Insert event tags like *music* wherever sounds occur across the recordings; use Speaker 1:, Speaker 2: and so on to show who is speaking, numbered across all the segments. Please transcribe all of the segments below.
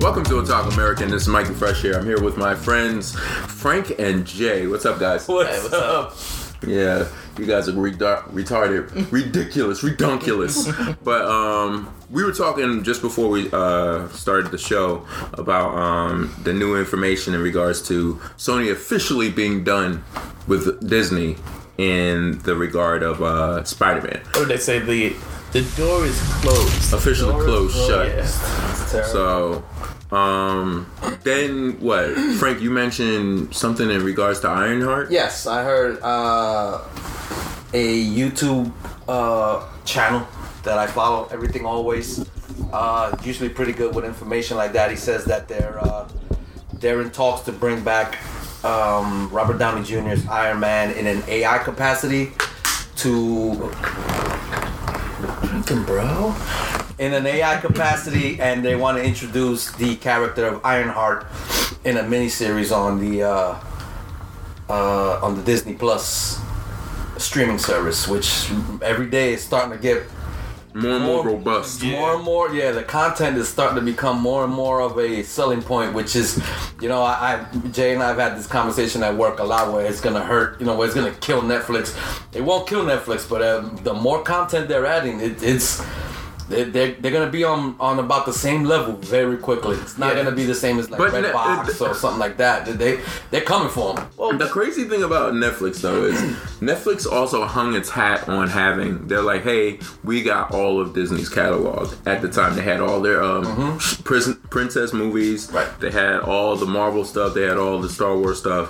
Speaker 1: Welcome to Otaku American. This is Michael Fresh here. I'm here with my friends Frank and Jay. What's up, guys?
Speaker 2: What's, up?
Speaker 1: Yeah, you guys are redar- retarded, ridiculous, redunculous. but um, we were talking just before we uh, started the show about um, the new information in regards to Sony officially being done with Disney in the regard of uh, Spider-Man.
Speaker 2: What did they say? The the door is closed.
Speaker 1: Officially
Speaker 2: Door is
Speaker 1: closed, shut.
Speaker 2: Yeah.
Speaker 1: So, um, then what? Frank, you mentioned something in regards to Ironheart.
Speaker 3: Yes, I heard uh, a YouTube uh, channel that I follow. Everything always uh, usually pretty good with information like that. He says that they're uh, they're in talks to bring back um, Robert Downey Jr.'s Iron Man in an AI capacity to
Speaker 2: Fucking bro.
Speaker 3: in an AI capacity, and they want to introduce the character of Ironheart in a miniseries on the uh, uh, on the Disney Plus streaming service, which every day is starting to get
Speaker 1: More and more
Speaker 3: More-
Speaker 1: robust.
Speaker 3: more and more. Yeah, the content is starting to become more and more of a selling point, which is, you know, I, I Jay and I have had this conversation at work a lot where it's gonna hurt, you know, where it's gonna kill Netflix. It won't kill Netflix, but um, the more content they're adding, it, it's. They're, they're, they're gonna be on, on about the same level very quickly. It's not
Speaker 1: Yeah.
Speaker 3: gonna be the same as like
Speaker 1: But ne-
Speaker 3: Redbox or something like that. They they're coming for them.
Speaker 1: Well, the crazy thing about Netflix though is Netflix also hung its hat on having. They're like, hey, we got all of Disney's catalog at the time. They had all their um, prison, princess movies.
Speaker 3: Right.
Speaker 1: They had all the Marvel stuff. They had all the Star Wars stuff.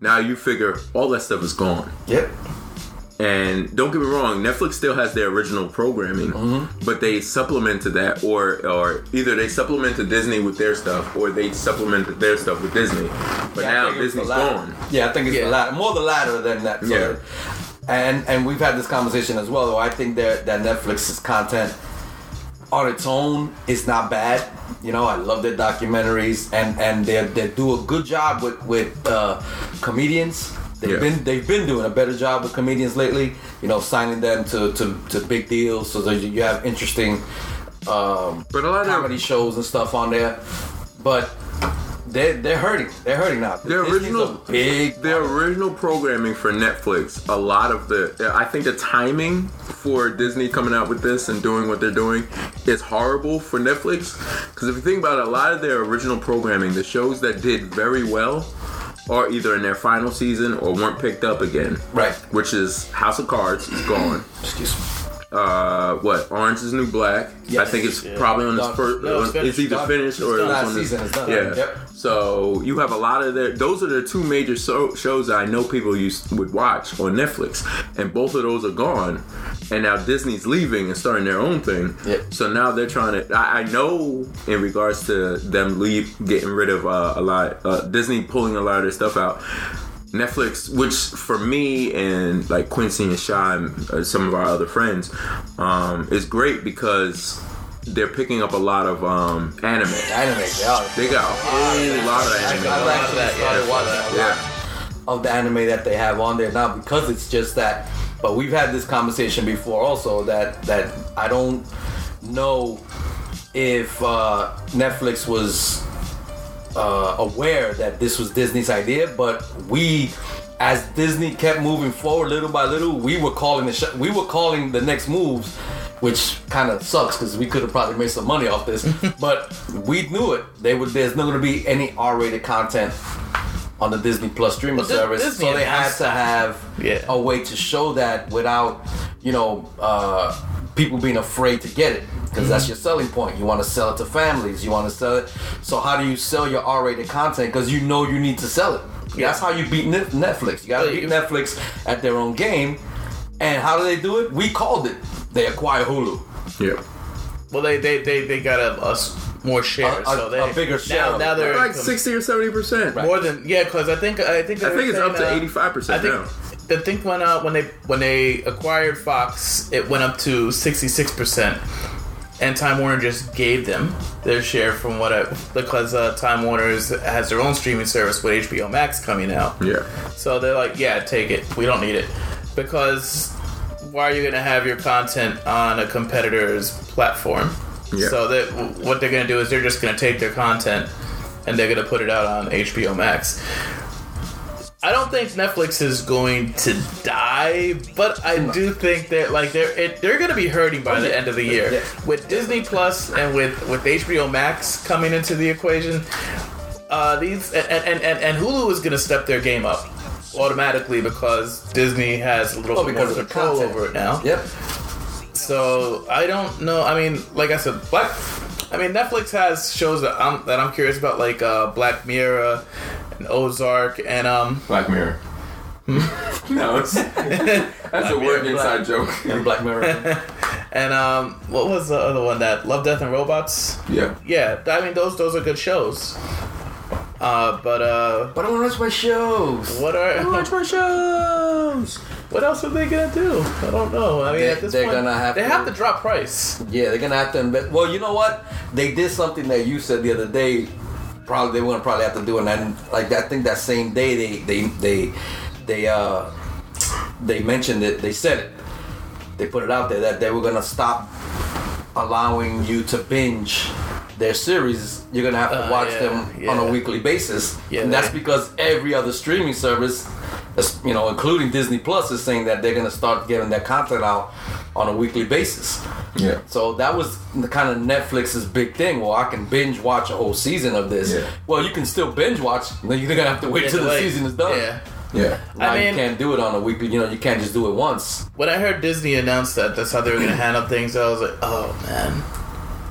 Speaker 1: Now you figure all that stuff is gone.
Speaker 3: Yep.
Speaker 1: And don't get me wrong, Netflix still has their original programming, but they supplemented that, or or either they supplemented Disney with their stuff, or they supplemented their stuff with Disney. But
Speaker 3: Yeah, I
Speaker 1: now
Speaker 3: think it's the
Speaker 1: Disney's
Speaker 3: latter.
Speaker 1: gone.
Speaker 3: Yeah, I think it's
Speaker 2: Yeah.
Speaker 3: the latter, more the latter than that. So
Speaker 1: Yeah.
Speaker 3: And and we've had this conversation as well. Though I think that that Netflix's content on its own is not bad. You know, I love their documentaries, and and they they do a good job with with uh, comedians. They've
Speaker 1: Yeah.
Speaker 3: been they've been doing a better job with comedians lately. You know, signing them to to, to big deals so that you you have interesting. Um,
Speaker 1: But a lot of
Speaker 3: comedy shows and stuff on there, but they're they're hurting. They're hurting now.
Speaker 1: their
Speaker 3: Disney's
Speaker 1: original
Speaker 3: a big.
Speaker 1: their original programming for Netflix, a lot of the I think the timing for Disney coming out with this and doing what they're doing is horrible for Netflix because if you think about it, a lot of their original programming, the shows that did very well are either in their final season or weren't picked up again.
Speaker 3: Right.
Speaker 1: Which is House of Cards is gone.
Speaker 3: Excuse me.
Speaker 1: Uh, what Orange is the New Black? I
Speaker 3: Yes.
Speaker 1: think it's
Speaker 2: Yeah.
Speaker 1: probably on
Speaker 3: Done.
Speaker 1: its first.
Speaker 2: No, it's
Speaker 1: it's,
Speaker 2: finished.
Speaker 1: either
Speaker 3: Done.
Speaker 1: finished or it
Speaker 3: It's
Speaker 1: was
Speaker 3: done.
Speaker 1: on
Speaker 3: Last
Speaker 1: this-
Speaker 3: season, it's done.
Speaker 1: Yeah.
Speaker 3: Yep.
Speaker 1: So you have a lot of their. Those are the two major so- shows that I know people used would watch on Netflix, and both of those are gone. And now Disney's leaving and starting their own thing.
Speaker 3: Yep.
Speaker 1: So now they're trying to. I, I know in regards to them leave getting rid of uh, a lot, uh, Disney pulling a lot of their stuff out. Netflix, which for me and like Quincy and Shy and uh, some of our other friends, um, is great because they're picking up a lot of um, anime.
Speaker 3: Anime, yeah.
Speaker 1: They got a whole lot of
Speaker 3: I've
Speaker 1: anime.
Speaker 2: got- lot of
Speaker 3: actually
Speaker 2: that,
Speaker 3: started
Speaker 2: yeah.
Speaker 3: watching a lot
Speaker 1: Yeah.
Speaker 3: of the anime that they have on there now because it's just that. But we've had this conversation before also that that I don't know if uh, Netflix was uh, aware that this was Disney's idea, but we, as Disney kept moving forward little by little, we were calling the sh- we were calling the next moves, which kind of sucks because we could have probably made some money
Speaker 2: *laughs*
Speaker 3: off this, but we knew it. They would there's not going to be any R-rated content on the Disney Plus streaming
Speaker 2: Well, Di-
Speaker 3: service,
Speaker 2: Disney
Speaker 3: so they had
Speaker 2: announced-
Speaker 3: to have
Speaker 2: Yeah.
Speaker 3: a way to show that without you know uh, people being afraid to get it because that's your selling point you want to sell it to families you want to sell it so how do you sell your r-rated content because you know you need to sell it that's how you beat Net- netflix you gotta
Speaker 2: Well,
Speaker 3: beat
Speaker 2: you-
Speaker 3: netflix at their own game and how do they do it we called it they acquire hulu
Speaker 1: Yeah.
Speaker 2: Well, they they they, they got a, a s- more share,
Speaker 3: A-
Speaker 2: so
Speaker 3: a-
Speaker 2: they
Speaker 3: a bigger share.
Speaker 2: Now, now they're
Speaker 1: Like
Speaker 2: com-
Speaker 1: 60 or 70%.
Speaker 2: more than yeah, because I think I think
Speaker 1: I
Speaker 2: they
Speaker 1: think it's
Speaker 2: were
Speaker 1: up to
Speaker 2: saying, uh,
Speaker 1: 85%
Speaker 2: I think
Speaker 1: now.
Speaker 2: the thing when uh, when they when they acquired Fox, it went up to sixty six percent, and Time Warner just gave them their share from what I, because uh, Time Warner is- has their own streaming service with HBO Max coming out.
Speaker 1: Yeah.
Speaker 2: So they're like, yeah, take it. We don't need it because why are you gonna have your content on a competitor's platform?
Speaker 1: Yeah.
Speaker 2: So that what they're gonna do is they're just gonna take their content and they're gonna put it out on HBO Max. I don't think Netflix is going to die, but I do think that like they're it, they're going to be hurting by the end of the year
Speaker 3: Oh, Yeah.
Speaker 2: with Disney Plus and with with HBO Max coming into the equation. Uh, these and and, and, and Hulu is going to step their game up automatically because Disney has a little
Speaker 3: Oh,
Speaker 2: bit
Speaker 3: because
Speaker 2: more
Speaker 3: of the
Speaker 2: control
Speaker 3: content.
Speaker 2: over it now.
Speaker 3: Yep.
Speaker 2: So I don't know. I mean, like I said, Black. I mean, Netflix has shows that I'm that I'm curious about, like uh, Black Mirror and Ozark, and um,
Speaker 1: Black Mirror. Hmm? no, it's, *laughs* that's a word inside joke. *laughs*
Speaker 3: And Black Mirror.
Speaker 2: and um, what was the other one that Love, Death, and Robots?
Speaker 1: yeah.
Speaker 2: Yeah, I mean those those are good shows. Uh, but uh,
Speaker 3: but I want to watch my shows.
Speaker 2: what are *laughs*
Speaker 1: my shows.
Speaker 2: what else are they gonna do? I don't know. I mean,
Speaker 3: They-
Speaker 2: at this
Speaker 3: they're
Speaker 2: point,
Speaker 3: gonna have
Speaker 2: they
Speaker 3: to-
Speaker 2: have to drop price.
Speaker 3: Yeah, they're gonna have to invest. Well, you know what? They did something that you said the other day. Probably they were gonna probably have to do, and then like I think that same day they they they they uh they mentioned it. They said it. They put it out there that they were gonna stop allowing you to binge their series. You're gonna have to
Speaker 2: Uh,
Speaker 3: watch
Speaker 2: yeah,
Speaker 3: them on
Speaker 2: yeah.
Speaker 3: a weekly basis,
Speaker 2: Yeah,
Speaker 3: and that's
Speaker 2: they-
Speaker 3: because every other streaming service, that's- you know, including Disney Plus, is saying that they're gonna start getting their content out on a weekly basis.
Speaker 1: Yeah.
Speaker 3: So that was the kind of Netflix's big thing. Well, I can binge watch a whole season of this.
Speaker 1: Yeah.
Speaker 3: Well, you can still binge watch. Then you're gonna have to wait
Speaker 2: Yeah,
Speaker 3: till the
Speaker 2: like-
Speaker 3: season is done.
Speaker 2: Yeah.
Speaker 1: Yeah.
Speaker 3: Now
Speaker 2: I mean-
Speaker 3: you can't do it on a weekly. You know, you can't just do it once.
Speaker 2: When I heard Disney announce that that's how they were gonna handle things, I was like, oh man,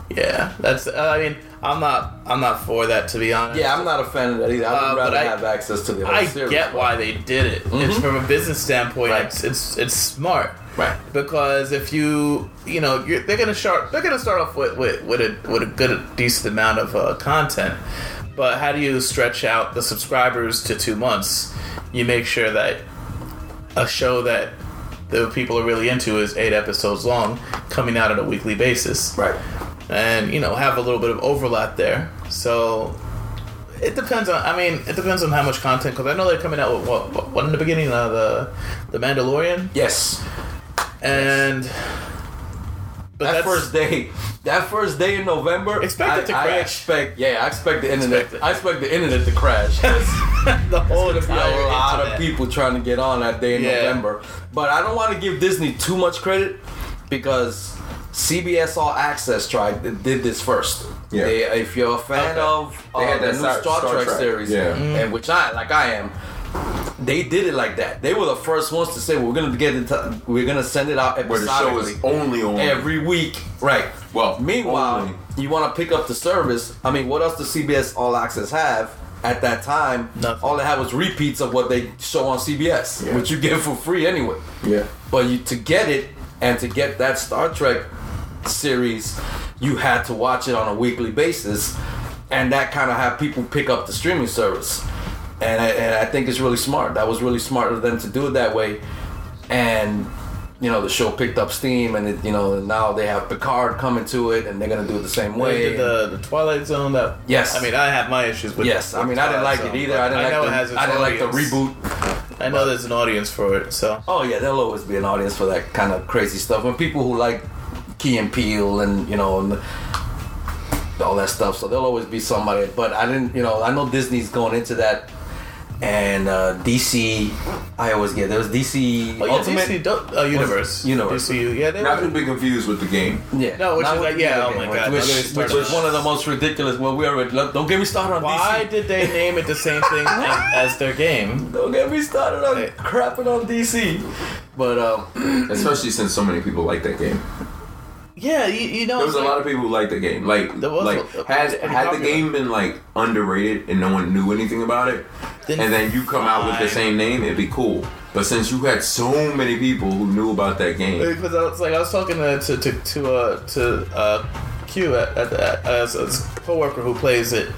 Speaker 2: yeah. That's. uh, I mean, I'm not. I'm not for that to be honest.
Speaker 3: Yeah, I'm not a fan of that either. I'd
Speaker 2: Uh, but
Speaker 3: rather
Speaker 2: I-
Speaker 3: have access to the whole
Speaker 2: I
Speaker 3: series.
Speaker 2: get why they did it. It's from a business standpoint.
Speaker 3: Mm-hmm. Right.
Speaker 2: It's, it's it's smart.
Speaker 3: Right.
Speaker 2: because if you you know you're, they're gonna start they're gonna start off with with, with a with a good decent amount of uh, content, but how do you stretch out the subscribers to two months? You make sure that a show that the people are really into is eight episodes long, coming out on a weekly basis,
Speaker 3: Right.
Speaker 2: and you know have a little bit of overlap there. So. It depends on. I mean, it depends on how much content. Because I know they're coming out with what, what, what in the beginning of the, the Mandalorian
Speaker 3: Yes.
Speaker 2: and but
Speaker 3: that
Speaker 2: that's,
Speaker 3: first *laughs* day, that first day in November,
Speaker 2: Expect
Speaker 3: I,
Speaker 2: it to
Speaker 3: I
Speaker 2: crash.
Speaker 3: expect, yeah, I expect the internet.
Speaker 2: Expect it.
Speaker 3: I expect the internet to crash. *laughs*
Speaker 2: the whole
Speaker 3: There's gonna be
Speaker 2: entire
Speaker 3: a lot
Speaker 2: internet.
Speaker 3: of people trying to get on that day in
Speaker 2: Yeah.
Speaker 3: November. But I don't want to give Disney too much credit because CBS All Access tried did this first.
Speaker 1: Yeah.
Speaker 3: They, if you're a fan
Speaker 2: Okay.
Speaker 3: of
Speaker 1: They
Speaker 3: uh,
Speaker 1: had
Speaker 3: the
Speaker 1: that
Speaker 3: new
Speaker 1: Star-
Speaker 3: Star,
Speaker 1: Star
Speaker 3: Trek,
Speaker 1: Trek.
Speaker 3: series,
Speaker 1: Yeah.
Speaker 3: and which I like, I am. They did it like that. They were the first ones to say we're gonna get it. to- we're gonna send it out
Speaker 1: Where the show
Speaker 3: episodically
Speaker 1: is only on
Speaker 3: every week. Right.
Speaker 1: Well,
Speaker 3: meanwhile,
Speaker 1: only.
Speaker 3: you want to pick up the service. I mean, what else does CBS All Access have at that time?
Speaker 2: Nothing.
Speaker 3: All they had was repeats of what they show on CBS,
Speaker 1: Yeah.
Speaker 3: which you get for free anyway.
Speaker 1: Yeah.
Speaker 3: But you to get it and to get that Star Trek series, you had to watch it on a weekly basis, and that kind of had people pick up the streaming service. And I, and I think it's really smart. That was really smart of them to do it that way. And you know, the show picked up steam, and it, you know, now they have Picard coming to it, and they're gonna do it the same
Speaker 2: When they
Speaker 3: way.
Speaker 2: did the, the Twilight Zone that
Speaker 3: Yes.
Speaker 2: I mean I have my issues with
Speaker 3: yes, I
Speaker 2: with
Speaker 3: mean, I didn't
Speaker 2: Twilight
Speaker 3: like it
Speaker 2: Zone,
Speaker 3: either.
Speaker 2: but
Speaker 3: I didn't
Speaker 2: know it
Speaker 3: like
Speaker 2: has
Speaker 3: the,
Speaker 2: its
Speaker 3: I didn't like the
Speaker 2: audience.
Speaker 3: reboot.
Speaker 2: I know there's an audience for it so
Speaker 3: Oh yeah, there'll always be an audience for that kind of crazy stuff, and people who like Key and Peele and you know and all that stuff. So there'll always be somebody. But I didn't, you know, I know Disney's going into that, and uh, DC. I always get there was DC
Speaker 2: oh, yeah,
Speaker 3: Ultimate.
Speaker 2: DC do- uh, Universe
Speaker 3: Universe.
Speaker 2: DCU yeah they
Speaker 1: Not to
Speaker 2: were,
Speaker 1: be confused with the game.
Speaker 3: Yeah,
Speaker 2: No, which
Speaker 3: Not
Speaker 2: is
Speaker 3: with
Speaker 2: like- yeah,
Speaker 3: video
Speaker 2: oh my
Speaker 3: game,
Speaker 2: God,
Speaker 3: Which,
Speaker 2: don't get me
Speaker 3: which,
Speaker 2: started
Speaker 3: was
Speaker 2: on
Speaker 3: one of
Speaker 2: that.
Speaker 3: the most ridiculous. Well, we already look, don't get me started on
Speaker 2: why
Speaker 3: DC.
Speaker 2: did they name it the same
Speaker 3: *laughs*
Speaker 2: thing as, as their game
Speaker 3: Don't get me started on
Speaker 2: Hey.
Speaker 3: crapping on DC. But um,
Speaker 1: Especially since so many people like that game.
Speaker 2: yeah you, you know
Speaker 1: There was
Speaker 2: it's
Speaker 1: a
Speaker 2: like-
Speaker 1: lot of people who liked the game. Like,
Speaker 2: There was-
Speaker 1: like
Speaker 2: it was
Speaker 1: had
Speaker 2: pretty
Speaker 1: had the
Speaker 2: popular.
Speaker 1: game been like underrated and no one knew anything about it,
Speaker 2: Then
Speaker 1: and then you come out with the
Speaker 2: fine.
Speaker 1: same name, it'd be cool. But since you had so many people who knew about that game,
Speaker 2: because I was like I was talking to to to to, uh, to uh, Q at, at, at as a coworker who plays it,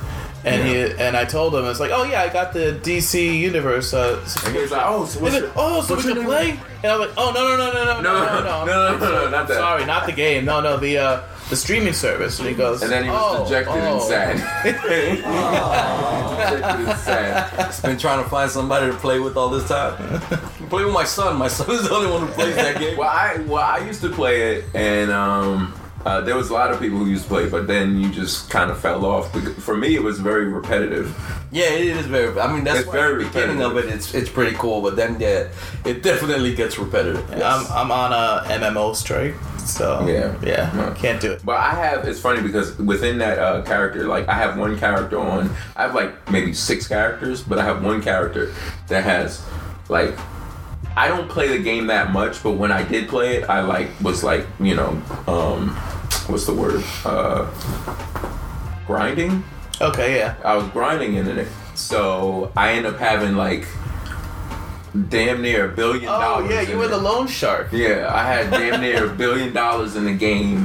Speaker 2: and he and I told him it's like oh yeah I got the DC universe. Uh,
Speaker 1: and he was like, "Oh, so what's
Speaker 2: He's
Speaker 1: your,
Speaker 2: like, oh, so we
Speaker 1: what's your
Speaker 2: can
Speaker 1: name?"
Speaker 2: play? And I'm like, oh no no no no no no no no.
Speaker 1: no, no, not that.
Speaker 2: Sorry, not the game. No, no, the uh, the streaming service. And he goes,
Speaker 1: And then he was
Speaker 2: oh,
Speaker 1: dejected
Speaker 2: oh.
Speaker 1: and
Speaker 2: *laughs*
Speaker 1: sad. *laughs* dejected and sad.
Speaker 3: It's been trying to find somebody to play with all this time.
Speaker 1: *laughs*
Speaker 3: play with my son. My son is the only one who plays that game.
Speaker 1: Well, I well I used to play it, and um, Uh, there was a lot of people who used to play, but then you just kind of fell off. Bec- For me, it was very repetitive.
Speaker 3: Yeah, it is very. I mean, that's
Speaker 1: It's
Speaker 3: why
Speaker 1: very
Speaker 3: the beginning of it. It's it's pretty cool, but then yeah, it definitely gets repetitive.
Speaker 2: I'm, I'm on a MMO strike, so
Speaker 1: Yeah.
Speaker 2: yeah,
Speaker 1: Yeah.
Speaker 2: can't do it.
Speaker 1: But I have it's funny because within that uh, character, like I have one character on. I have like maybe six characters, but I have one character that has like I don't play the game that much, but when I did play it, I like was like you know um what's the word uh grinding.
Speaker 2: Okay, yeah.
Speaker 1: I was grinding in it, so I end up having like damn near a billion
Speaker 2: Oh
Speaker 1: dollars.
Speaker 2: yeah,
Speaker 1: in
Speaker 2: you were
Speaker 1: it.
Speaker 2: the loan shark.
Speaker 1: Yeah, I had damn near a billion dollars in the game,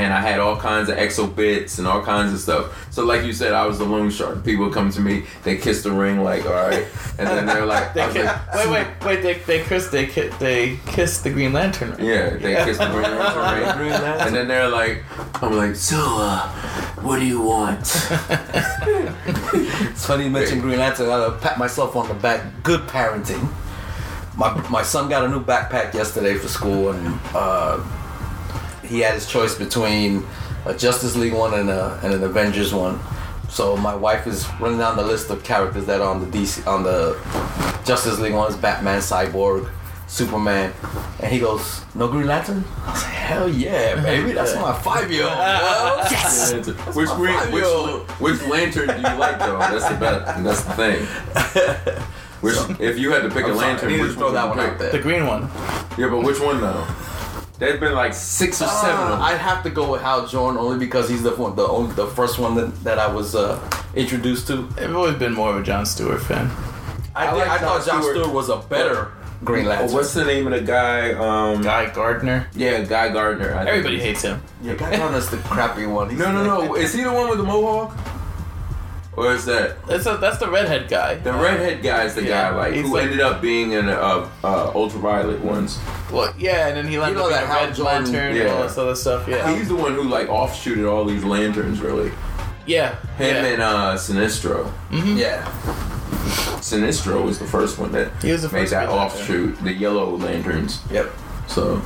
Speaker 1: and I had all kinds of exo bits and all kinds of stuff. So, like you said, I was the loan shark. People come to me, they kiss the ring, like, all right, and then they're like,
Speaker 2: They
Speaker 1: I was
Speaker 2: ki-
Speaker 1: like,
Speaker 2: wait, wait, wait! They they kiss they ki- they kissed the Green Lantern. Right?
Speaker 1: yeah, they kiss the ring, *laughs* the ring, and then they're like, I'm like, so, uh, what do you want?
Speaker 3: It's funny you mentioned Green Lantern. I gotta pat myself on the back. Good parenting. My my son got a new backpack yesterday for school, and uh, he had his choice between a Justice League one and, a, and an Avengers one. So my wife is running down the list of characters that are on the DC on the Justice League one is Batman, Cyborg, Superman, and he goes, "No Green Lantern?" I was like, "Hell yeah, baby! That's my five year old." *laughs* yes.
Speaker 1: Which ring, which,
Speaker 3: five-year-old.
Speaker 1: which lantern do you like though? That's the best. That's the thing. Which, if you had to pick a
Speaker 3: I'm sorry, I
Speaker 1: lantern,
Speaker 3: needed
Speaker 1: which
Speaker 3: to throw
Speaker 1: one
Speaker 3: that
Speaker 1: would
Speaker 3: one
Speaker 1: you
Speaker 3: out
Speaker 1: pick?
Speaker 3: there.
Speaker 2: The green one.
Speaker 1: Yeah, but which one though? Ah, There've been like six or seven of them.
Speaker 3: Uh, I'd have to go with Hal Jordan only because he's the one, the only, the first one that, that I was uh, introduced to.
Speaker 2: I've always been more of a John Stewart fan.
Speaker 3: I,
Speaker 1: I
Speaker 3: did,
Speaker 1: like
Speaker 3: I
Speaker 1: Jon
Speaker 3: thought John
Speaker 1: Stewart.
Speaker 3: Stewart was a better Green
Speaker 1: Oh,
Speaker 3: Lantern.
Speaker 1: what's the name of the guy? Um,
Speaker 2: Guy Gardner.
Speaker 1: yeah, Guy Gardner. I think.
Speaker 2: Everybody hates him.
Speaker 3: yeah, Guy Gardner's the crappy one. He's
Speaker 1: No, no, no. Is he the one with the mohawk? Or is that
Speaker 2: That's a, that's the redhead guy.
Speaker 1: the redhead guy? Is the
Speaker 2: Yeah,
Speaker 1: guy like
Speaker 2: he's
Speaker 1: who
Speaker 2: like-
Speaker 1: ended up being in uh, uh, ultraviolet ones?
Speaker 2: Well, yeah, and then he
Speaker 3: You
Speaker 2: landed
Speaker 3: know
Speaker 2: up
Speaker 3: that
Speaker 2: in a
Speaker 3: Hal
Speaker 2: red
Speaker 3: Jordan-
Speaker 2: lantern and
Speaker 1: Yeah.
Speaker 2: all this other stuff. Yeah,
Speaker 1: He's the one who like offshooted all these lanterns, really.
Speaker 2: yeah,
Speaker 1: Him
Speaker 2: yeah.
Speaker 1: and uh, Sinestro.
Speaker 3: Yeah,
Speaker 1: Sinestro was the first one that
Speaker 2: He was the
Speaker 1: made
Speaker 2: first
Speaker 1: that
Speaker 2: Green Lantern.
Speaker 1: offshoot, the yellow lanterns.
Speaker 3: yep.
Speaker 1: So,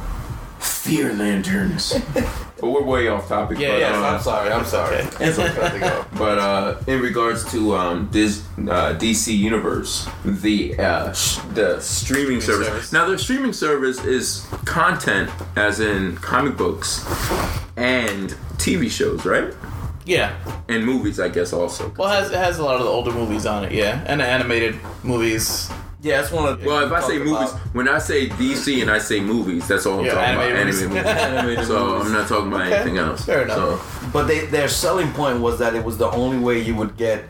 Speaker 1: fear
Speaker 2: *laughs*
Speaker 1: lanterns. but we're way off topic.
Speaker 2: Yeah,
Speaker 1: but,
Speaker 2: yeah,
Speaker 1: uh,
Speaker 2: so
Speaker 3: I'm sorry. I'm sorry.
Speaker 2: okay.
Speaker 3: It's okay to go.
Speaker 1: But uh, in regards to um, Dis- uh, DC Universe, the uh, sh- the streaming service.
Speaker 2: service.
Speaker 1: Now, the streaming service is content, as in comic books and TV shows, right?
Speaker 2: *laughs* yeah.
Speaker 1: And movies, I guess, also.
Speaker 2: Well, it has it has a lot of the older movies on it. Yeah, and the animated movies.
Speaker 3: Yeah, it's one of. the
Speaker 1: Well, if
Speaker 3: things
Speaker 1: I
Speaker 3: we
Speaker 1: say
Speaker 3: talked
Speaker 1: movies,
Speaker 3: about.
Speaker 1: when I say DC and I say movies, that's all I'm
Speaker 2: Yeah,
Speaker 1: talking about.
Speaker 2: *laughs* animated
Speaker 1: Animated
Speaker 2: movies.
Speaker 1: movies.
Speaker 3: Animated
Speaker 1: so
Speaker 3: movies.
Speaker 1: I'm not talking about
Speaker 2: Okay,
Speaker 1: anything else.
Speaker 2: fair enough.
Speaker 1: So,
Speaker 3: But they, their selling point was that it was the only way you would get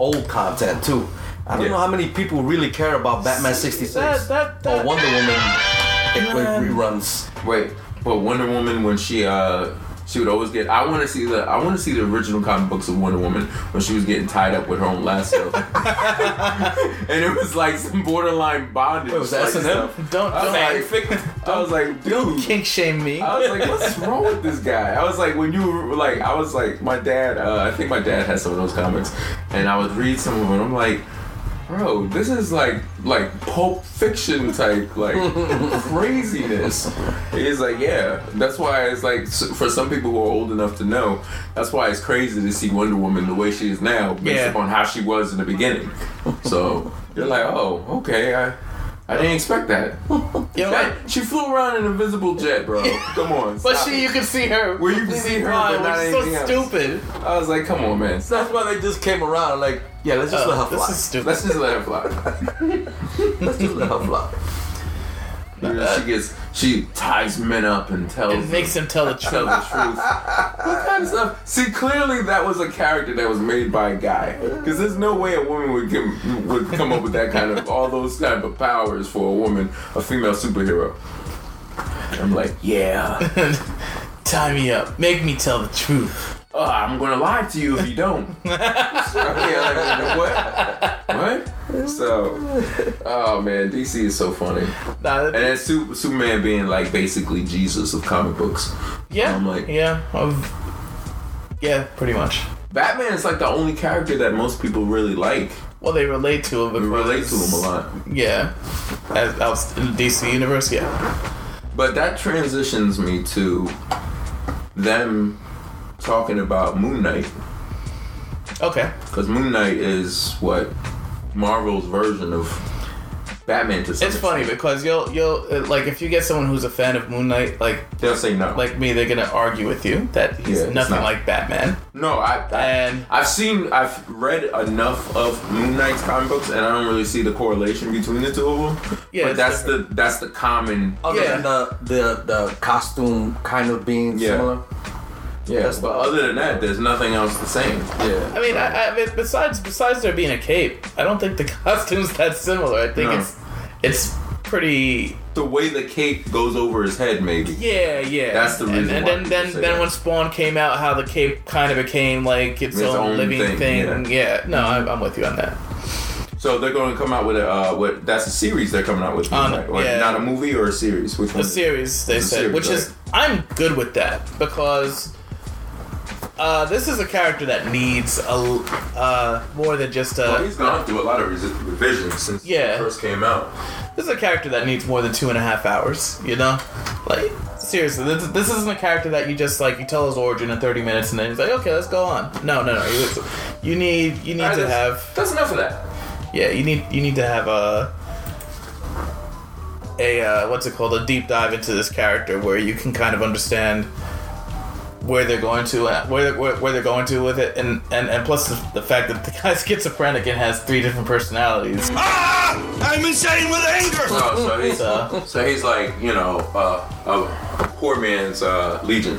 Speaker 3: old content too. I don't
Speaker 1: Yeah.
Speaker 3: know how many people really care about Batman '66
Speaker 2: That- that- that-
Speaker 3: or Wonder Woman if
Speaker 2: Man.
Speaker 3: with reruns.
Speaker 1: Wait, but Wonder Woman when she uh she would always get I want to see the I want to see the original comic books of Wonder Woman when she was getting tied up with her own lasso, *laughs* and it was like some borderline bondage.
Speaker 3: Wait, was that
Speaker 1: like,
Speaker 3: S&M?
Speaker 1: stuff.
Speaker 2: Don't
Speaker 1: I was
Speaker 2: don't,
Speaker 1: like, I was like,
Speaker 2: don't
Speaker 1: dude.
Speaker 2: kink shame me.
Speaker 1: I was like, what's wrong with this guy? I was like, when you were like, I was like, my dad, uh, I think my dad had some of those comics, and I would read some of them. I'm like, bro, this is like like Pulp Fiction type like craziness. He's like, yeah, that's why it's like s- for some people who are old enough to know, that's why it's crazy to see Wonder Woman the way she is now, based
Speaker 2: Yeah.
Speaker 1: upon how she was in the beginning. So you're like, oh, okay, I. I didn't expect that.
Speaker 2: You know what?
Speaker 1: Hey, she flew around in an invisible jet, bro. Come on.
Speaker 2: But
Speaker 1: stop
Speaker 2: she, you
Speaker 1: it.
Speaker 2: can see her.
Speaker 1: Well, you can
Speaker 2: completely
Speaker 1: see her,
Speaker 2: blind,
Speaker 1: but not
Speaker 2: which is so
Speaker 1: anything else.
Speaker 2: stupid.
Speaker 1: I was like, come on, man.
Speaker 3: So that's why they just came around like, yeah, let's just
Speaker 2: Uh,
Speaker 3: let her fly.
Speaker 2: this is stupid.
Speaker 1: Let's just let her fly.
Speaker 3: let's just let her fly.
Speaker 1: You know, she gets, she ties men up and tells.
Speaker 2: It makes
Speaker 1: *laughs*
Speaker 2: him tell the
Speaker 1: tell
Speaker 2: truth.
Speaker 1: the truth. What kind of stuff? See, clearly that was a character that was made by a guy. Because there's no way a woman would come, would come up with that kind of all those type of powers for a woman, a female superhero. I'm like, yeah.
Speaker 2: *laughs* Tie me up. Make me tell the truth.
Speaker 1: Oh, I'm gonna lie to you if you *laughs* don't. okay, like, what? What? So, oh man, DC is so funny,
Speaker 2: Nah,
Speaker 1: and it's Su- Superman being like basically Jesus of comic books.
Speaker 2: yeah.
Speaker 1: I'm like-
Speaker 2: yeah. I've- yeah, pretty much.
Speaker 1: Batman is like the only character that most people really like.
Speaker 2: Well, they relate to him.
Speaker 1: We
Speaker 2: Because,
Speaker 1: relate to him a lot.
Speaker 2: Yeah. As, out in the DC universe, yeah.
Speaker 1: But that transitions me to them talking about Moon Knight
Speaker 2: Okay.
Speaker 1: because Moon Knight is what Marvel's version of Batman. To some
Speaker 2: It's funny
Speaker 1: extent.
Speaker 2: because you'll you'll uh, like if you get someone who's a fan of Moon Knight like
Speaker 1: they'll say no.
Speaker 2: like me, they're gonna argue with you that he's
Speaker 1: Yeah, it's
Speaker 2: nothing
Speaker 1: not.
Speaker 2: like Batman.
Speaker 1: no, I, I
Speaker 2: And-
Speaker 1: I've seen I've read enough of Moon Knight's comic books, and I don't really see the correlation between the two of them.
Speaker 2: Yeah,
Speaker 1: but
Speaker 2: it's
Speaker 1: that's the that's the common.
Speaker 3: Other
Speaker 2: Yeah.
Speaker 3: than the, the the costume kind of being
Speaker 1: Yeah.
Speaker 3: similar.
Speaker 1: Yeah,
Speaker 3: that's
Speaker 1: but
Speaker 3: the-
Speaker 1: other than that, there's nothing else the same.
Speaker 3: Yeah.
Speaker 2: I mean, I, I mean, besides besides there being a cape, I don't think the *laughs* costume's that similar. I think
Speaker 1: No.
Speaker 2: it's it's pretty
Speaker 1: The way the cape goes over his head, maybe.
Speaker 2: yeah yeah.
Speaker 1: That's the reason
Speaker 2: And, and
Speaker 1: why
Speaker 2: then
Speaker 1: people
Speaker 2: then
Speaker 1: say
Speaker 2: then
Speaker 1: that.
Speaker 2: when Spawn came out, how the cape kind of became like its,
Speaker 1: Its
Speaker 2: own,
Speaker 1: own
Speaker 2: living
Speaker 1: thing,
Speaker 2: thing. Yeah. No, I'm, I'm with you on that.
Speaker 1: So they're going to come out with a uh, what? That's a series they're coming out with,
Speaker 2: On-
Speaker 1: right? Or
Speaker 2: yeah.
Speaker 1: not a movie or a series. Which
Speaker 2: A
Speaker 1: one?
Speaker 2: series they
Speaker 1: It's a
Speaker 2: said,
Speaker 1: series,
Speaker 2: which is I'm good with that because. Uh, this is a character that needs a l- uh, more than just a.
Speaker 1: Well, he's gone through a lot of resi- revisions since
Speaker 2: Yeah.
Speaker 1: he first came out.
Speaker 2: This is a character that needs more than two and a half hours, you know? Like, seriously, this, this isn't a character that you just, like, you tell his origin in 30 minutes and then he's like, okay, let's go on. No, no, no. You, you need, you need
Speaker 1: Alright,
Speaker 2: to
Speaker 1: that's-
Speaker 2: have,
Speaker 1: That's enough of that.
Speaker 2: yeah, you need, you need to have a, a, uh, what's it called? A deep dive into this character where you can kind of understand where they're going to, uh, where, where, where they're going to with it. And, and, and plus the, the fact that the guy's *laughs* schizophrenic and has three different personalities.
Speaker 1: Ah!
Speaker 4: I'm insane with anger!
Speaker 1: No, so he's *laughs*
Speaker 2: So-
Speaker 1: so he's like you know uh, a, a poor man's uh, Legion.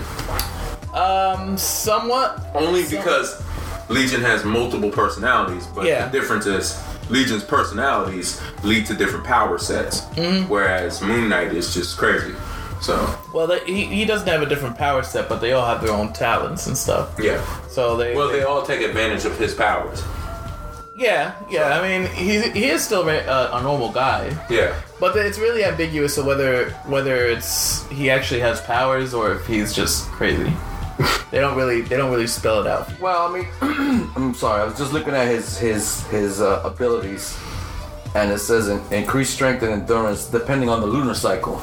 Speaker 2: Um, somewhat,
Speaker 1: Only because Legion has multiple personalities, but
Speaker 2: Yeah.
Speaker 1: the difference is Legion's personalities lead to different power sets,
Speaker 2: Mm-hmm.
Speaker 1: whereas Moon Knight is just crazy. So
Speaker 2: Well, they, he, he doesn't have a different power set, but they all have their own talents and stuff.
Speaker 1: yeah.
Speaker 2: So they,
Speaker 1: Well, they all take advantage of his powers.
Speaker 2: yeah, yeah. I mean, he, he is still a, a normal guy,
Speaker 1: Yeah.
Speaker 2: but it's really ambiguous of whether whether it's he actually has powers or if he's just
Speaker 3: *laughs*
Speaker 2: crazy. they don't really they don't really spell it out.
Speaker 3: Well, I mean, *clears throat* I'm sorry. I was just looking at his his his uh, abilities, and it says in, increased strength and endurance depending on the lunar cycle,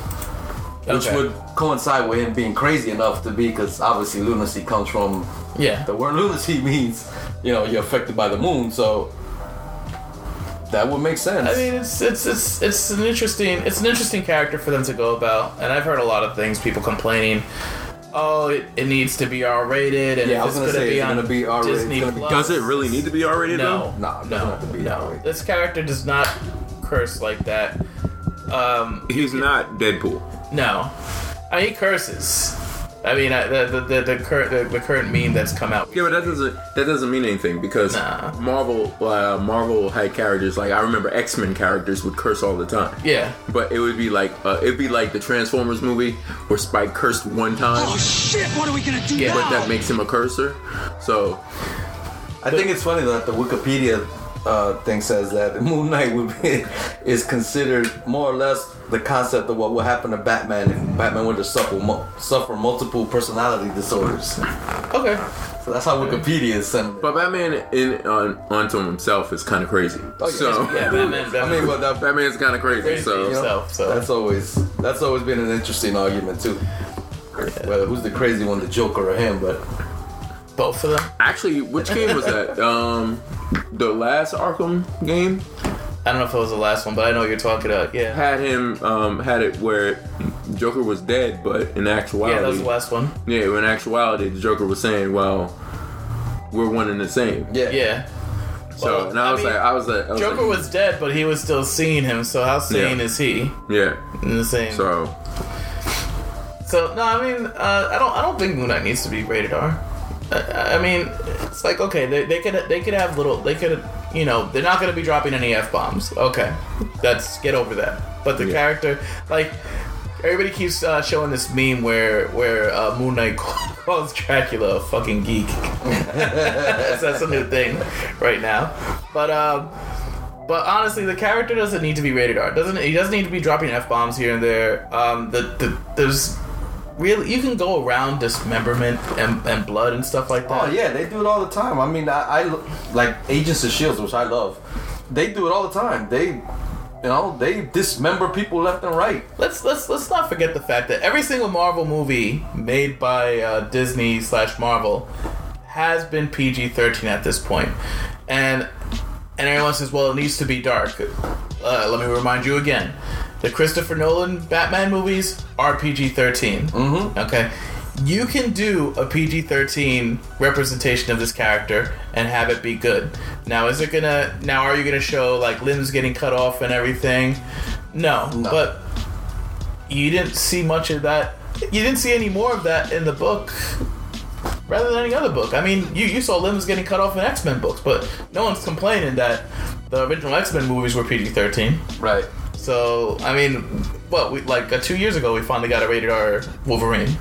Speaker 3: which
Speaker 2: Okay.
Speaker 3: would coincide with him being crazy enough to be, because obviously lunacy comes from
Speaker 2: Yeah,
Speaker 3: the word *laughs* lunacy means, you know, you're affected by the moon, so that would make sense.
Speaker 2: I mean, it's it's it's it's an interesting it's an interesting character for them to go about, and I've heard a lot of things people complaining. Oh, it, it needs to be R rated, and
Speaker 3: Yeah, I
Speaker 2: it's
Speaker 3: was gonna
Speaker 2: gonna
Speaker 3: say,
Speaker 2: be
Speaker 3: it's
Speaker 2: on
Speaker 3: gonna be R-rated, it's
Speaker 2: Disney
Speaker 3: gonna be-
Speaker 2: Plus.
Speaker 1: Does it really need to be R rated?
Speaker 2: No,
Speaker 3: Nah, it doesn't
Speaker 2: no,
Speaker 3: have to be
Speaker 2: no.
Speaker 3: R-rated.
Speaker 2: This character does not curse like that. Um,
Speaker 1: He's not Deadpool.
Speaker 2: no, I mean, he curses. I mean, I, the the the, the, cur- the the current meme that's come out.
Speaker 1: Yeah, but that doesn't that doesn't mean anything because
Speaker 2: Nah.
Speaker 1: Marvel uh, Marvel had characters like I remember X Men characters would curse all the time.
Speaker 2: Yeah,
Speaker 1: But it would be like uh, it'd be like the Transformers movie where Spike cursed one time,
Speaker 4: Oh shit, what are we gonna do
Speaker 2: Yeah.
Speaker 4: now?
Speaker 1: but that makes him a cursor. So
Speaker 3: I think it's funny that the Wikipedia uh, thing says that *laughs* Moon Knight would be, is considered more or less the concept of what would happen to Batman if Batman were to suffer, mu- suffer multiple personality disorders.
Speaker 2: okay.
Speaker 3: So that's how Wikipedia is sending. it.
Speaker 1: But Batman in on onto himself is kind of crazy.
Speaker 3: Oh, yeah.
Speaker 1: so
Speaker 2: Oh, Yeah, Batman.
Speaker 3: I mean, but
Speaker 1: *laughs*
Speaker 3: that,
Speaker 1: Batman's kind of crazy.
Speaker 2: Crazy,
Speaker 1: So
Speaker 2: yeah. Yourself, so.
Speaker 3: that's always that's always been an interesting argument too. Whether who's the crazy one, the Joker or him? But
Speaker 2: both of them.
Speaker 1: actually, which game was
Speaker 2: *laughs*
Speaker 1: that? Um, the last Arkham game
Speaker 2: I don't know if it was the last one, but I know what you're talking about. Yeah,
Speaker 1: had him um, had it where Joker was dead, but in actuality,
Speaker 2: yeah, that was the last one.
Speaker 1: yeah, in actuality, the Joker was saying, "Well, we're one and the same."
Speaker 3: yeah,
Speaker 2: Yeah.
Speaker 1: So
Speaker 2: Well,
Speaker 1: and I
Speaker 2: I
Speaker 1: was
Speaker 2: mean,
Speaker 1: like, I was like, I was
Speaker 2: Joker
Speaker 1: like,
Speaker 2: was dead, but he was still seeing him. So how sane
Speaker 1: Yeah.
Speaker 2: is he?
Speaker 1: yeah.
Speaker 2: In the same.
Speaker 1: So
Speaker 2: So no, I mean, uh, I don't. I don't think Moon Knight needs to be rated R. I, I mean, it's like okay, they, they could they could have little, they could, you know, they're not gonna be dropping any f bombs. Okay, that's get over that. But the
Speaker 1: Yeah.
Speaker 2: character, like, everybody keeps uh, showing this meme where where uh, Moon Knight *laughs* calls Dracula a fucking geek. that's, that's a new thing right now. But um. But honestly, the character doesn't need to be rated R. Doesn't he? Doesn't need to be dropping f bombs here and there. Um, the, the there's really you can go around dismemberment and, and blood and stuff like that.
Speaker 3: Oh yeah, they do it all the time. E I mean, I, I lo- like Agents of Shields, which I love. They do it all the time. They You know, they dismember people left and right.
Speaker 2: Let's let's let's not forget the fact that every single Marvel movie made by uh, Disney slash Marvel has been PG thirteen at this point, and and everyone says, well, it needs to be dark. Uh, let me remind you again, the Christopher Nolan Batman movies are PG 13 Mm-hmm. Okay, you can do a PG thirteen representation of this character and have it be good. Now, is it gonna? Now, are you gonna show like limbs getting cut off and everything? No,
Speaker 3: No.
Speaker 2: but you didn't see much of that. You didn't see any more of that in the book, rather than any other book. I mean, you, you saw limbs getting cut off in X Men books, but no one's complaining that the original X Men movies were PG thirteen.
Speaker 3: Right.
Speaker 2: So I mean, what we like uh, two years ago we finally got a rated R Wolverine,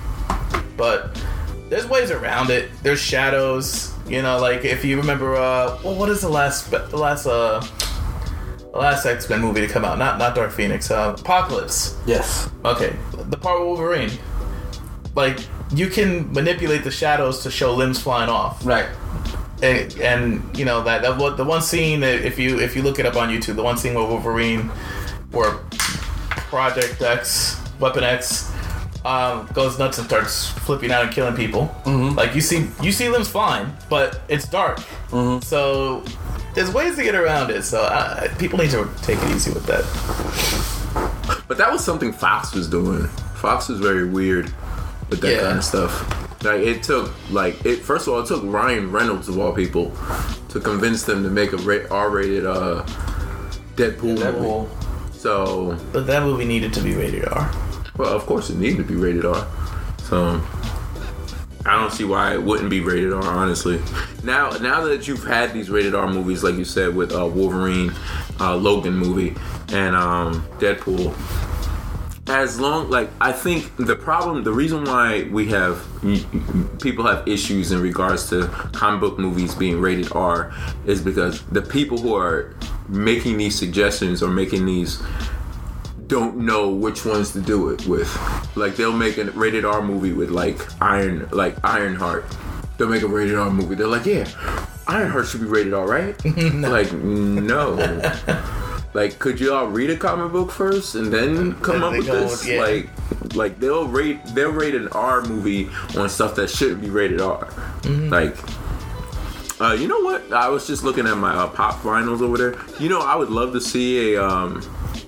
Speaker 2: but there's ways around it. There's shadows, you know. Like if you remember, uh, well, what is the last the last uh the last X Men movie to come out? Not not Dark Phoenix, uh, Apocalypse.
Speaker 3: Yes.
Speaker 2: Okay, the part with Wolverine. Like you can manipulate the shadows to show limbs flying off
Speaker 3: Right.
Speaker 2: and, and you know that, that what the one scene that if you if you look it up on YouTube, the one scene where Wolverine or Project X, Weapon X, um, goes nuts and starts flipping out and killing people. Mm-hmm. Like you see you see limbs flying, but it's dark. So there's ways to get around it. So uh, people need to take it easy with that.
Speaker 1: But that was something Fox was doing. Fox was very weird with that
Speaker 2: Yeah.
Speaker 1: kind of stuff. Like it took like it first of all it took Ryan Reynolds of all people to convince them to make a ra- R-rated uh Deadpool,
Speaker 3: Deadpool.
Speaker 1: movie. So,
Speaker 2: But that movie needed to be rated R.
Speaker 1: well, of course it needed to be rated R. So I don't see why it wouldn't be rated R honestly. Now now that you've had these rated R movies like you said with uh, Wolverine, uh, Logan movie and um, Deadpool as long like i think the problem the reason why we have people have issues in regards to comic book movies being rated r is because the people who are making these suggestions or making these don't know which ones to do it with like they'll make a rated r movie with like iron like ironheart they'll make a rated r movie they're like yeah ironheart should be rated r
Speaker 2: *laughs*
Speaker 1: right like no like could you all read a comic book first and then come up
Speaker 2: they
Speaker 1: with
Speaker 2: go,
Speaker 1: this
Speaker 2: yeah.
Speaker 1: like like they'll rate they'll rate an r movie on stuff that shouldn't be rated r
Speaker 2: Mm-hmm.
Speaker 1: like uh, you know what i was just looking at my uh, pop vinyls over there you know i would love to see a um,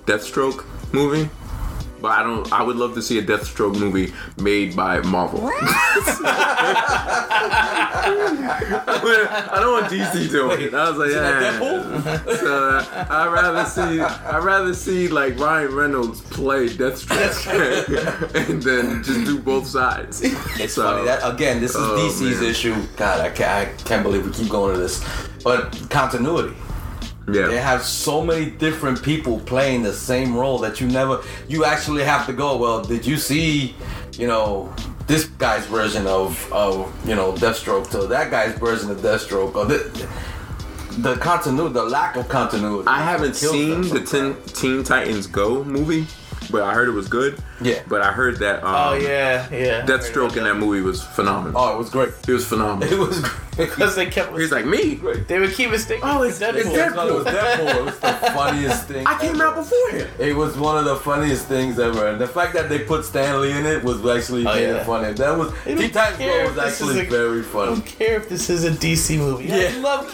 Speaker 1: deathstroke movie but I don't. I would love to see a Deathstroke movie made by Marvel. *laughs* I don't want DC doing it. I was like, yeah. So, uh, I'd rather see I'd rather see like Ryan Reynolds play
Speaker 3: *laughs*
Speaker 1: Deathstroke *laughs* and then just do both sides.
Speaker 3: It's
Speaker 1: So-
Speaker 3: funny that again, this is
Speaker 1: Oh,
Speaker 3: DC's
Speaker 1: man.
Speaker 3: issue. God, I can't, I can't believe we keep going to this, but continuity.
Speaker 1: yeah.
Speaker 3: They have so many different people playing the same role that you never. You actually have to go. Well, did you see, you know, this guy's version of of you know Deathstroke to that guy's version of Deathstroke or the the continuity, the lack of continuity.
Speaker 1: I haven't
Speaker 3: kills them
Speaker 1: seen the Teen, Teen Titans Go movie, but I heard it was good.
Speaker 3: Yeah.
Speaker 1: But I heard that um,
Speaker 2: Oh yeah, yeah.
Speaker 1: Deathstroke in that movie was phenomenal.
Speaker 3: Oh, it was great. *laughs*
Speaker 1: He was
Speaker 3: It
Speaker 1: phenomenal.
Speaker 3: was great.
Speaker 2: because they kept
Speaker 1: He's like me.
Speaker 2: they would keep mistaking. Oh, it's Deadpool.
Speaker 1: it's
Speaker 3: I thought it was Deadpool. It was the funniest thing.
Speaker 1: I came out before him.
Speaker 3: It was one of the funniest things ever, and the fact that they put Stanley in it was actually
Speaker 2: Oh,
Speaker 3: made
Speaker 2: yeah.
Speaker 3: it funny. That was
Speaker 2: don't
Speaker 3: Teen Titans
Speaker 2: care
Speaker 3: Go was
Speaker 2: if this
Speaker 3: actually
Speaker 2: is a-
Speaker 3: very
Speaker 2: I *laughs*
Speaker 3: funny.
Speaker 2: don't care if this is a DC movie. I
Speaker 3: Yeah.
Speaker 2: love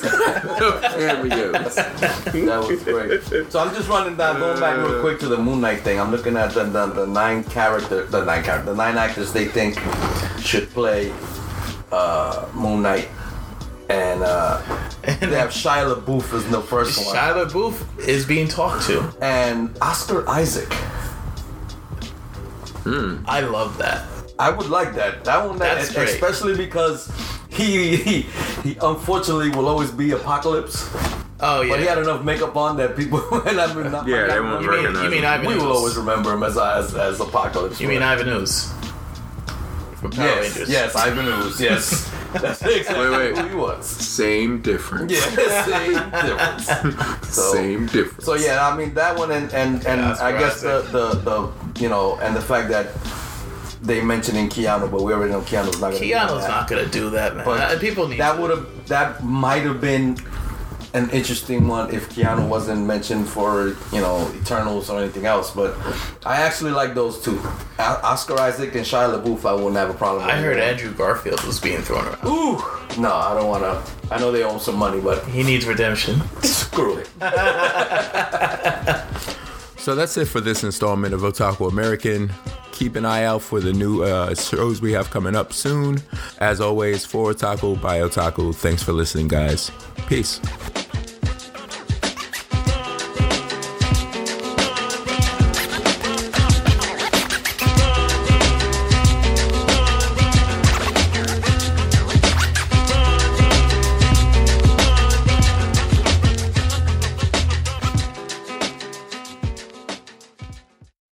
Speaker 1: *laughs* there we go.
Speaker 3: That was great. So I'm just running down, going back real quick to the Moon Knight thing. I'm looking at the, the, the nine character, the nine character, the nine actors they think should play uh, Moon Knight,
Speaker 2: *laughs*
Speaker 3: and uh, they have Shia LaBeouf as the first
Speaker 2: *laughs*
Speaker 3: one,
Speaker 2: Shia LaBeouf is being talked to.
Speaker 3: and Oscar Isaac.
Speaker 2: I love that.
Speaker 3: I would like that. That one, that,
Speaker 2: That's great.
Speaker 3: especially because he, he he unfortunately will always be Apocalypse,
Speaker 2: Oh yeah.
Speaker 3: but he had enough makeup on that people *laughs* and I mean, not,
Speaker 1: Yeah,
Speaker 3: not-
Speaker 1: they won't
Speaker 2: you mean
Speaker 1: recognize
Speaker 2: you mean
Speaker 1: him.
Speaker 2: Ivan?
Speaker 3: we
Speaker 2: Ooze.
Speaker 3: will always remember him as as, as Apocalypse.
Speaker 2: You mean Ivan Ooze? From Power
Speaker 3: Yes,
Speaker 2: Rangers.
Speaker 3: yes, Ivan Ooze. Yes,
Speaker 2: *laughs*
Speaker 3: that's exactly
Speaker 1: Wait, wait.
Speaker 3: who he was.
Speaker 1: Same difference.
Speaker 3: Yeah, *laughs* same difference.
Speaker 1: *laughs*
Speaker 3: So-
Speaker 1: Same difference.
Speaker 3: So yeah, I mean that one, and and, and
Speaker 2: that's
Speaker 3: I guess the,
Speaker 2: classic.
Speaker 3: the the you know, and the fact that they mentioning Keanu, but we already know Keanu's not going to.
Speaker 2: Keanu's not gonna do that, man.
Speaker 3: But
Speaker 2: Uh, people need
Speaker 3: that would have that might have been an interesting one if Keanu wasn't mentioned for you know Eternals or anything else. But I actually like those two, o- Oscar Isaac and Shia LaBeouf. I wouldn't have a problem. with
Speaker 2: I heard
Speaker 3: it.
Speaker 2: Andrew Garfield was being thrown around.
Speaker 3: Ooh, no, I don't want to. I know they owe him some money, but *laughs*
Speaker 2: He needs redemption.
Speaker 3: screw it.
Speaker 1: So that's it for this installment of Otaku American. Keep an eye out for the new uh, shows we have coming up soon. As always, for Otaku by Otaku. Thanks for listening, guys. Peace.